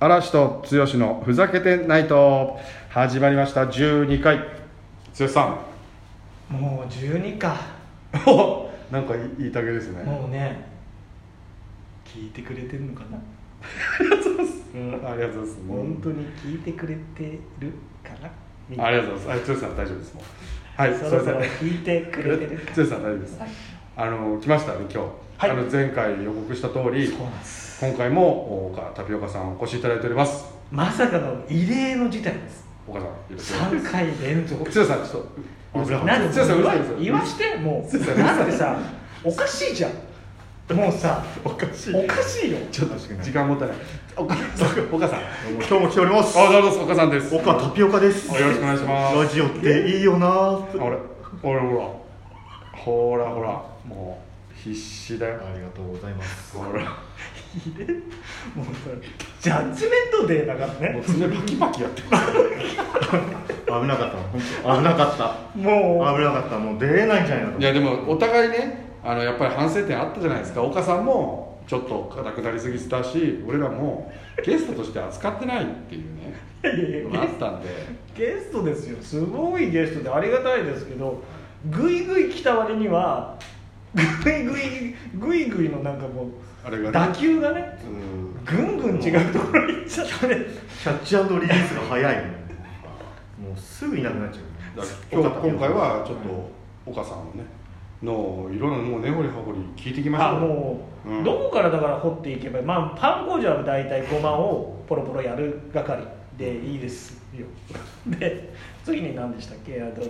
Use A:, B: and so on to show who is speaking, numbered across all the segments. A: 嵐と剛のふざけてないと始まりました12回剛さ
B: もう12か
A: んおなんかいいたげですね
B: もうね聞いてくれてるのかな
A: うんありがとうございます
B: 本当に聞いてくれてるかなみんな
A: ありがとうございますあ剛さん大丈夫ですもんはい
B: そろそろ
A: すいま
B: 聞いてくれてるか
A: せん剛さん大丈夫です、
B: はい
A: あの来ましたね今日、
B: はい
A: あの前回予告した通り
B: そうなんです
A: 今回も岡タピオカさんお越しいただいております
B: まさかの異例の事態です
A: 岡さんよろしくお願いし
B: 3回連続
A: ます剛さんちょっとうるさい
B: なん
A: 剛
B: で
A: さんう
B: 言
A: る
B: わ
A: さいうるさい
B: 言わしても
A: うるさいうるさい
B: なんでさおかしいじゃんもうさ
A: おかしい
B: おか しいよ
A: ちょっと時間もったいない。お母さん、お母さん。
C: 今日も来ております
A: あ、どうもお母さんです。
C: 岡タピオカです
A: よろしくお願いします
C: ラジオっていいよな
A: あ
C: あ
A: れ、ほらほら、ほらほら、もう必死だよ。
C: りがとうございます
A: ほら、
B: もうさジャッジメントデーだから
A: もう
B: ね
A: 爪バキバキやってる。
C: 危なかった本当危なかった
B: もう
C: 危なかったもう出れないんじゃないかと
A: いや、でも、お互いね、あの、やっぱり反省点あったじゃないですか。岡さんも、ちょっと硬くなりすぎてたし、俺らもゲストとして扱ってないっていうね。
B: いやいやいや
A: あったんで。
B: ゲストですよすごいゲストでありがたいですけどぐいぐい来た割にはぐいぐいぐいぐいのなんかも
A: あれ
B: う
A: が
B: 打
A: ね。
B: 球がね
A: うん
B: ぐんぐん違うところに行っちゃって
C: キャッチリリースが早いもんもうすぐいなくなっちゃう
A: だ
C: よ
A: から今日今回はちょっ
C: は
A: と岡さんのねのいろんなもう根掘り葉掘り聞いていきまし
B: あ
A: ょうよ
B: もう、
A: うん
B: どこからだから掘っていけばまあパン工場は大体5万をポロポロやる係でいいですよ で次に何でしたっけあと、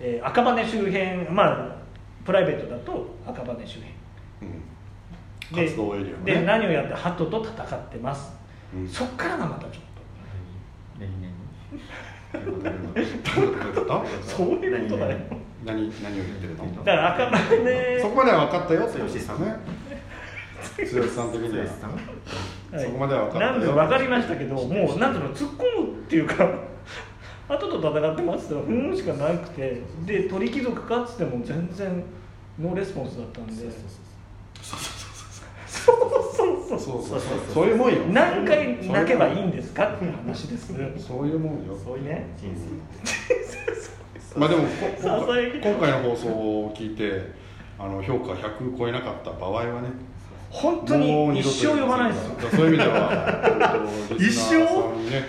B: えー赤羽周辺まあプライベートだと赤羽周辺
A: うん、
B: で
A: 活動エリア
B: で
A: ね
B: 何をやってハトと戦ってます、
A: うん
B: そっからがまたちょっ
C: 何
A: 何
C: 何
A: 何何
B: とそういうことだね
C: 何
A: 何何を言ってるの
B: だから赤羽ね
A: そこまでは分かったよって
C: 剛さん
A: ね剛さん的には
C: 剛さん
B: はい
A: そこまでは分かったよ
B: なんで分かりましたけどもうなんだろう突っ込むっていうか ハトと戦ってますって言ったらふーんしかなくてで鳥貴族かっつっても全然ノーレスポンスだったんでそう
A: そそ
B: そうそううそうう
A: そうそういうもんよ
B: 何回泣けばいいんですかっていう話です
A: そういうもんよ
B: そういうね
C: 人
A: まあでもこ今
B: ささや
A: 回
B: き
A: 今回の放送を聞いてあの評価100超えなかった場合はね
B: 本当に一生呼ばないですよ
A: そういう意味では
C: 一生
A: リスナーさんにね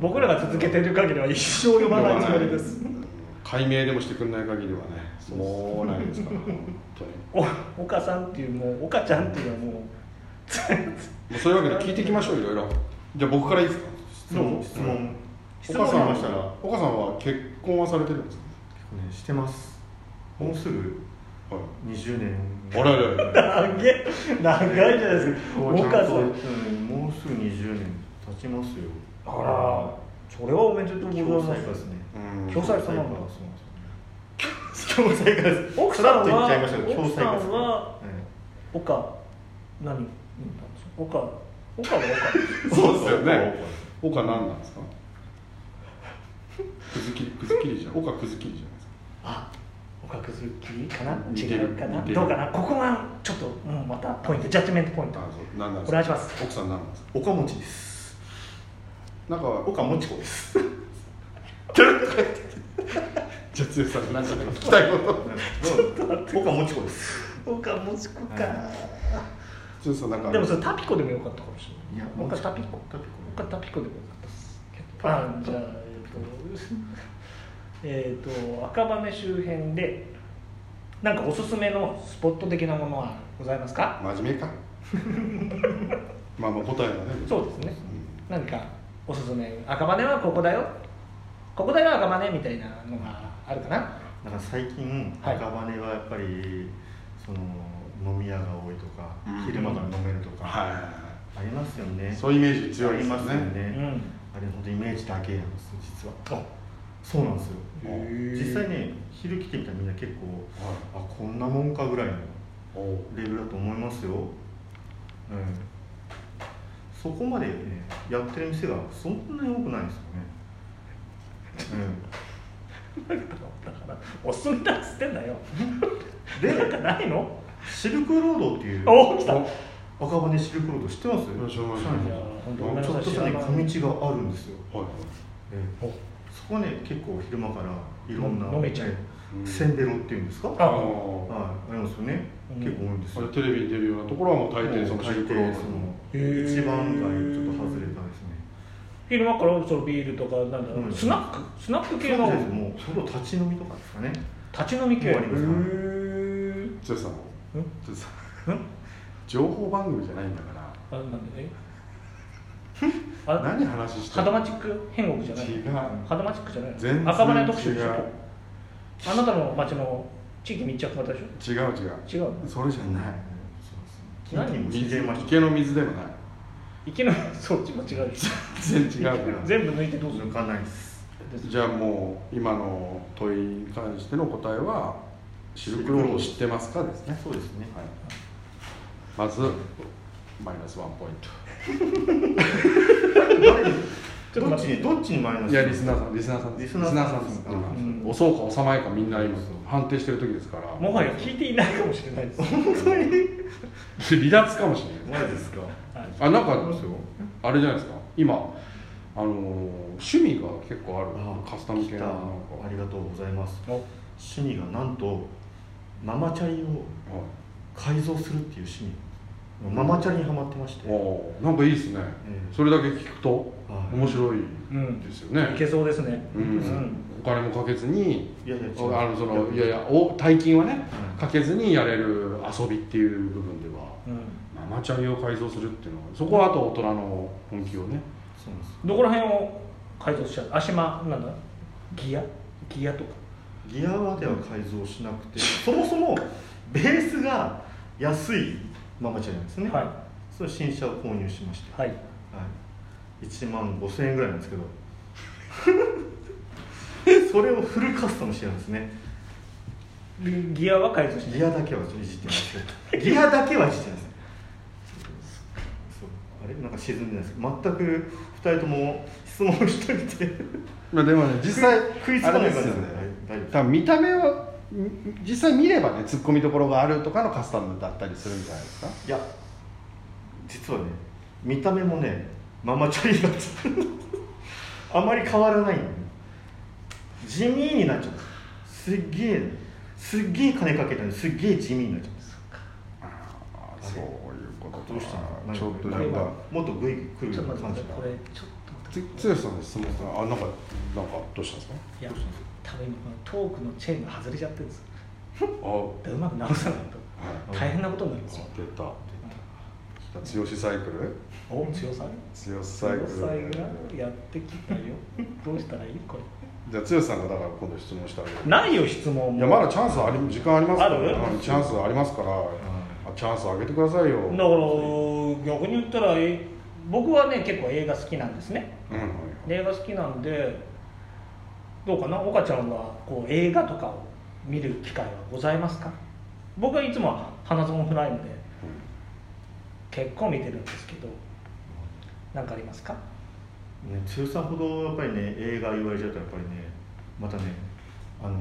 B: 僕らが続けてる限りは一生呼ばないつもりです
A: 解明でもしてくれない限りはねもうないですから本当に
B: お岡さんっていうもう岡ちゃんっていうのはもう
A: もうそういうわけで聞いていきましょういろいろじゃあ僕からいいですか
C: 質問質問質問
A: 岡
C: あ
A: さ
C: り
A: ん
C: ましたら
A: 岡さんは結婚はされてるんです
C: ねしてますもうすぐ
A: か、はい、
C: 20年
A: あれあれあれ
B: 長い長いじゃないですか
C: もうちゃ
B: 岡
C: ん
B: さ
C: と
B: ん
C: うんもうすぐ20年経ちますよ
B: あらそれはおめでとう
C: 共
B: ござ
C: 済
B: い
C: 化
B: ま
C: ですすね
A: うん
B: 共済化なんだ
C: 共済化です
B: 奥さんは
C: さらっと言っちゃいましたけど共済化で
B: 奥さ
C: す
B: んは岡何言ったんですか岡岡は
A: そうですよね岡何なんですかくずきりくずきりじゃん岡くずきりじゃないですか
B: 岡岡くずきかな
A: 似て
B: 違
A: る
B: うかな
A: 似てる
B: どうかなここがちょっと、うん、またポイントジャッジメントポイント
A: あそう何なんですか
B: お願いします
A: 奥さん何なんですか
C: 岡持ちです
A: なんか
C: 岡持ち 子です
A: じゃあ剛さん何か聞きたいこ
C: 岡持ち子です
B: 岡もちこか
C: は
A: と剛さんなんか
B: でもそれタピコでもよかったかもしれない
C: も
B: 岡
C: ち子
B: タピコ
C: タピ
B: 僕はタピコでもよかったですけどあじゃあえっ、と えーと赤羽周辺でなんかおすすめのスポット的なものはございますか
A: 真面目かまあまあ答えはね
B: そうですね何かおすすめ赤羽はここだよここだよ赤羽みたいなのがあるかな
C: コなんか最近
B: はい
C: 赤羽はやっぱりその飲み屋が多いとか
A: うん
C: 昼間から飲めると
A: は
C: か
A: いはい
C: ありますよ
A: はい
C: ね
A: そういうイメージ強い
C: あ
A: で
C: り
A: すよ
C: ますよ
A: ね
B: う
C: ね
B: ん
C: あれ本当イメージだけなんです実はそうなんですよ
A: へ
B: ー
C: 実際ね昼来てみたらみんな結構
A: はい
C: あこんなもんかぐらいの
A: おう
C: レベルだと思いますよ、うん、そこまで、ね、やってる店がそんなに多くないんですよね、
B: だからおすすめだっつってんだよ
C: うん、
B: なん
C: で
B: かないの
C: シルクロードっていう
B: おお来た
A: お
C: 赤羽シルクロード知ってます
A: ん知らない知ら
B: いや本当ごめんな
C: ちょ
B: さ
C: っ
B: い
C: とし
B: 知
C: た
B: らな
C: ね
B: い
C: 小道があるんですよええ
B: お
C: そこはね結構昼間からいろんな
B: 飲めちゃう
C: ええせんべろっていうんですか
B: あ
C: はい
A: あ
C: ありますよね
B: うん
C: 結構多いんです
A: あれ
C: よ
A: テレビに出るようなところはもう大抵そのシルクロードの
C: 大
B: へ
C: 抵
B: え
C: その一番街ちょっと外れたですね
B: 昼間からそのビールとかなんだ、
C: うん
B: スナックスナック
C: そう
B: 系
C: です
B: の
C: もうそれを立ち飲みとかですかね
B: 立ち飲み系
C: もうあります
B: へ
A: 剛さんも
B: えん
A: 剛さん情報番組じゃないんだから
B: あなんだえあ
A: 何話して
B: ハ
A: る
B: ドマチック変国じゃない
A: 違う
B: ハドマチックじゃない
A: 全然
B: 赤羽特集でし
A: 違う
B: ょあなたの町の地域密着型で
A: 違う違う
B: しょ違うの
A: それじゃない
C: そうですね近畿も知り合いました
A: 池の水でもない
B: 池のそっちも違うでしょ
A: 全然違うから
B: 全部抜いてどうする
C: 抜かないです
A: じゃあもう今の問いに関しての答えはシルクロードを知ってますかですね、
C: そうですね
A: はい、まずマイナスワンポイン
C: 誰に
B: ちょっと
C: どっ
B: 待っ
C: ち
B: て
C: にどっちにマイナ
A: ト
C: ス
A: いやリスナーさんリスナーさんです
C: リスナーさ
A: リス
C: ん
A: ナーさんです、
B: うん
A: うん、押そうか押さないかみんな今判定してる時ですから
B: もはや聞いていないかもしれないです、はい、
A: 離脱かもしれない
C: マジですか
A: あなん
C: あります
A: か
C: よ
A: あれじゃないですか今あのー趣味が結構ある
C: あ
A: カスタム系の
C: 来た
A: なんか
C: ありがとうございます
B: お
C: 趣味がなんとママチャリを改造するっていう趣味ママチャリにハマってまして、
A: はい、おーなんかいいですね、
C: ええ
A: それだけ聞くと
C: はい
A: 面白い
B: うん
A: ですよね、
B: いけそうですね
A: うんお金もかけずに
C: いやいや違う
A: あのそのいやいやお大金はね
C: うん
A: かけずにやれる遊びっていう部分では
B: うん
A: ママチャリを改造するっていうのはそこはあと大人の本気をね
C: そうなんです
B: どこら辺を改造しちゃう足間なんだギアギアとか
C: ギアはでは改造しなくてそもそもベースが安いママチャリなんですね、
B: はい
C: それ新車を購入しまして、
B: はい
C: はい、1万5000円ぐらいなんです けどそれをフルカスタムしてるんですね
B: ギアは改造しない
C: ギアだけはちょっといじってますけどギアだけはいじってますそうあれなんか沈んでないです全く2人とも質問しといて
A: まあでもね実際
C: 食いつかないか
A: あれ
C: らね
A: ですよ
C: 大丈夫
A: 多分見た目はん実際見ればねツッコミどころがあるとかのカスタムだったりするんじゃないですか
C: いや実はね見た目もねママチャリだったあまり変わらないのね地味になっちゃうんですすっげえすっげえ金かけたのにすっげえ地味になっちゃうんです
A: あ
C: ー
A: そ
C: そうう
A: いうこと
C: どうしたの
A: ちょっとな
C: なんん
A: か
C: かもっとグイグイ来る
B: ちょ
C: よ
B: っ
C: う
B: と
C: な
B: 待っ
C: 感
B: て
C: じ
B: く
A: つ剛
B: ださいこれちょっと待って
C: が
A: さんの質問ですかあなんかなんかどうしたんですか
B: いや多分今このトークのチェーンが外れちゃってるんです
A: あは
B: だからうまく直さない
A: い
B: と大変なことになりますよ
A: 出た出た剛サイクル
B: お強さ
A: 強さ
B: 強さがやってきたよどうしたらいいこれ
A: じゃあ剛さんがだから今度質問してあげる
B: ないよ質問
A: い
B: も
A: やまだチャンスあり時間ありますから、
B: ある
A: はいチャンスありますから、あチャンスあげてくださいよ
B: だから逆に言ったらえ僕はね結構映画好きなんですね
A: うんはい
B: で映画好きなんでどうかな岡ちゃんはこう映画とかを見る機会はございますか僕はいつもは花園フライムで結構見てるんですけど何かありますか
C: ね強さほどやっぱりね映画言われちゃうとやっぱりねまたねあの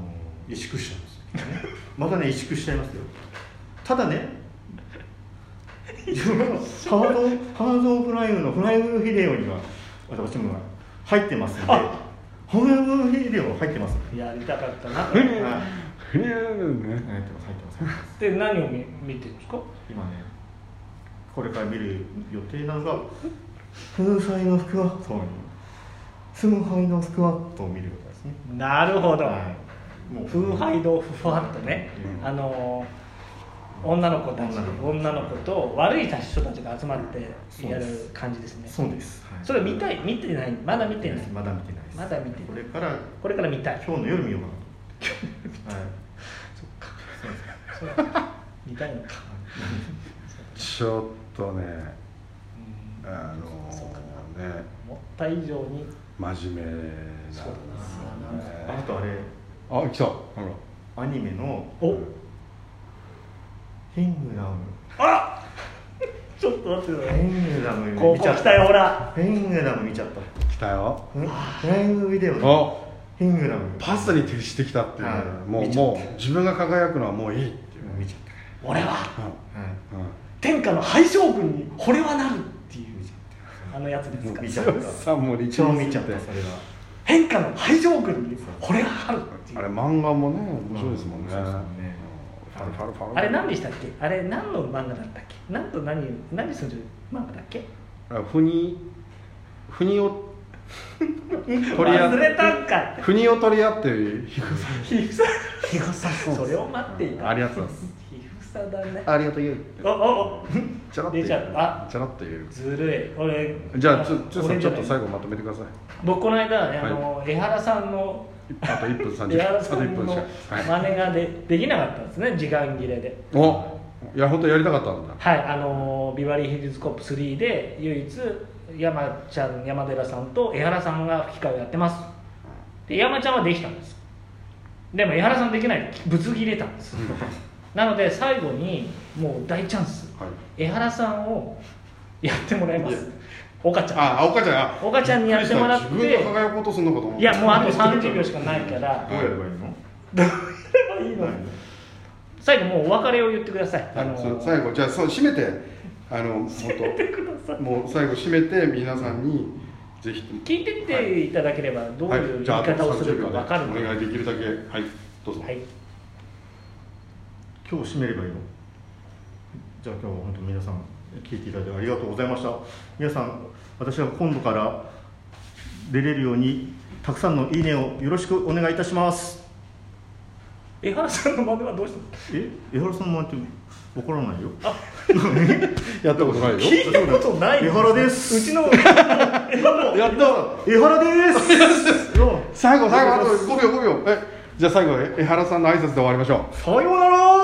C: 萎縮しちゃうんですよ、ね、またね萎縮しちゃいますよただねハードハードフライムのフライムビデオには私も入ってますので
B: あ
C: フライムビデオ入ってますので
B: やりたかった な
C: はい入ってま
A: ふにゃーね
C: す入ってます
B: で何を見見てるんですか
C: 今ねこれから見る予定なのが風彩のスクワット崇拝のスクワットを見ることですね
B: なるほど、
C: はい、もう
B: 風ハイドふわっとね、
C: うん
B: あのー女の子たち
C: 女の子
B: 女の子と悪い人たちが集まって
C: そう
B: や
C: で
B: る
C: す
B: 感じですね
C: そうです、
B: それ見たい見てないまだ見てない
C: まだ見てないです
B: まだ見てない
C: これから
B: これから見たい
C: 今日の夜見ようかなとはい
B: そっか見たいのか
A: ちょっとね
B: うん
A: あの
B: そうか
A: ー、ね
B: 思った以上に
A: 真面目なんです
B: そう
A: よ
B: だな
C: あ
A: ね
C: とあれ
A: あ来たほら
C: アニメの
B: お
C: 「キングダム
B: あちょっと待って」く
C: 「
B: だ
C: キ
B: さい
C: ングダム」
B: ここ
C: 見ちゃっ
B: 来たよほら
C: 「キングダム」見ちゃった
A: 来たよ
C: うんフライムビデオの
A: お
C: 「キングダム」
A: パスに徹してきたっていう、
C: はい
A: もう
C: 見ちゃっ
A: もう自分が輝くのはもういいっていう、
C: 見ちゃっ
B: 俺は
A: うん
C: た、はい、
A: うん
B: 天下の敗将軍に惚れはなるっていうあのやつです
C: もう
B: か
C: 見
B: ら
C: ちゃった
A: さんもリ
C: 超見ちゃったそれは
B: 変化の排上軍に惚れがあるっていう
A: あ
B: あ
A: れ
B: れ
A: 漫画もね面白いですもんね,、
C: 面白いですもんね
A: ファルファルファル
B: 何でしたっけあれ何の漫画だったっけ何と何何する漫画だっけ
A: あふにふにを取り合っ
B: 忘れたんかい
A: ふにを取り合ってひくさ
B: ひふさひふさそれを待っていた
A: ありがとうござ います
B: ひふさだね
A: ありがとう言う
B: おおお
A: ちゃらって言う
B: 出ちゃった
A: ちゃらって言える
B: ずるい俺
A: じゃあちょちょ
B: 俺
A: ち
B: じ
A: ょっ
B: ゃない
A: と最後まとめてください
B: 僕この間ねあの江原さんの
A: あと1分30
B: 江
A: 秒
B: 原
A: あ
B: さ
A: と1
B: ん
A: 分
B: の
A: しかはい
B: 真似がでできなかったんですね時間切れで
A: おいや本当やりたかったんだ
B: はい、あのービバリーヒルズコップ3で唯一山ちゃん山寺さんと江原さんが吹き替えをやってますで山ちゃんはできたんですでも江原さんできないとぶつ切れたん ですなので最後にもう大チャンス
A: はい
B: 江原さんをやってもらいます岡ちゃん
A: ああ岡ちゃんあ
B: 岡ちゃんにやってもらって
A: びくりした自分が輝こうとすんのかと思っ
B: い
A: た
B: やもうあと30秒しかないから
C: どうやればいいの
B: いいの
C: ないの
B: 最後もうお別れを言ってください、あ
A: はい
B: の
A: そう
B: ー
A: 最後じゃあそう締めてあの本当もう最後締めて皆さんにぜひ
B: 聞いてっていただければどういう言い方をするか分かる
A: お
B: ので、
A: 願いできるだけはいどうぞ、
B: はい
C: 今日締めればいいのじゃあ今日は本当皆さん聞いていただいてありがとうございました皆さん私は今度から出れるようにたくさんのいいねをよろしくお願いいたします
B: 江原さんの真似はどうしたの
C: え江原さんもってわからないよ
A: やったことないよ
B: 聞いたことない
C: 江原です
B: うちの
A: やった
C: 江原ですの
A: 最後最後あと5秒5秒えじゃあ最後江原さんの挨拶で終わりましょう
C: さようなら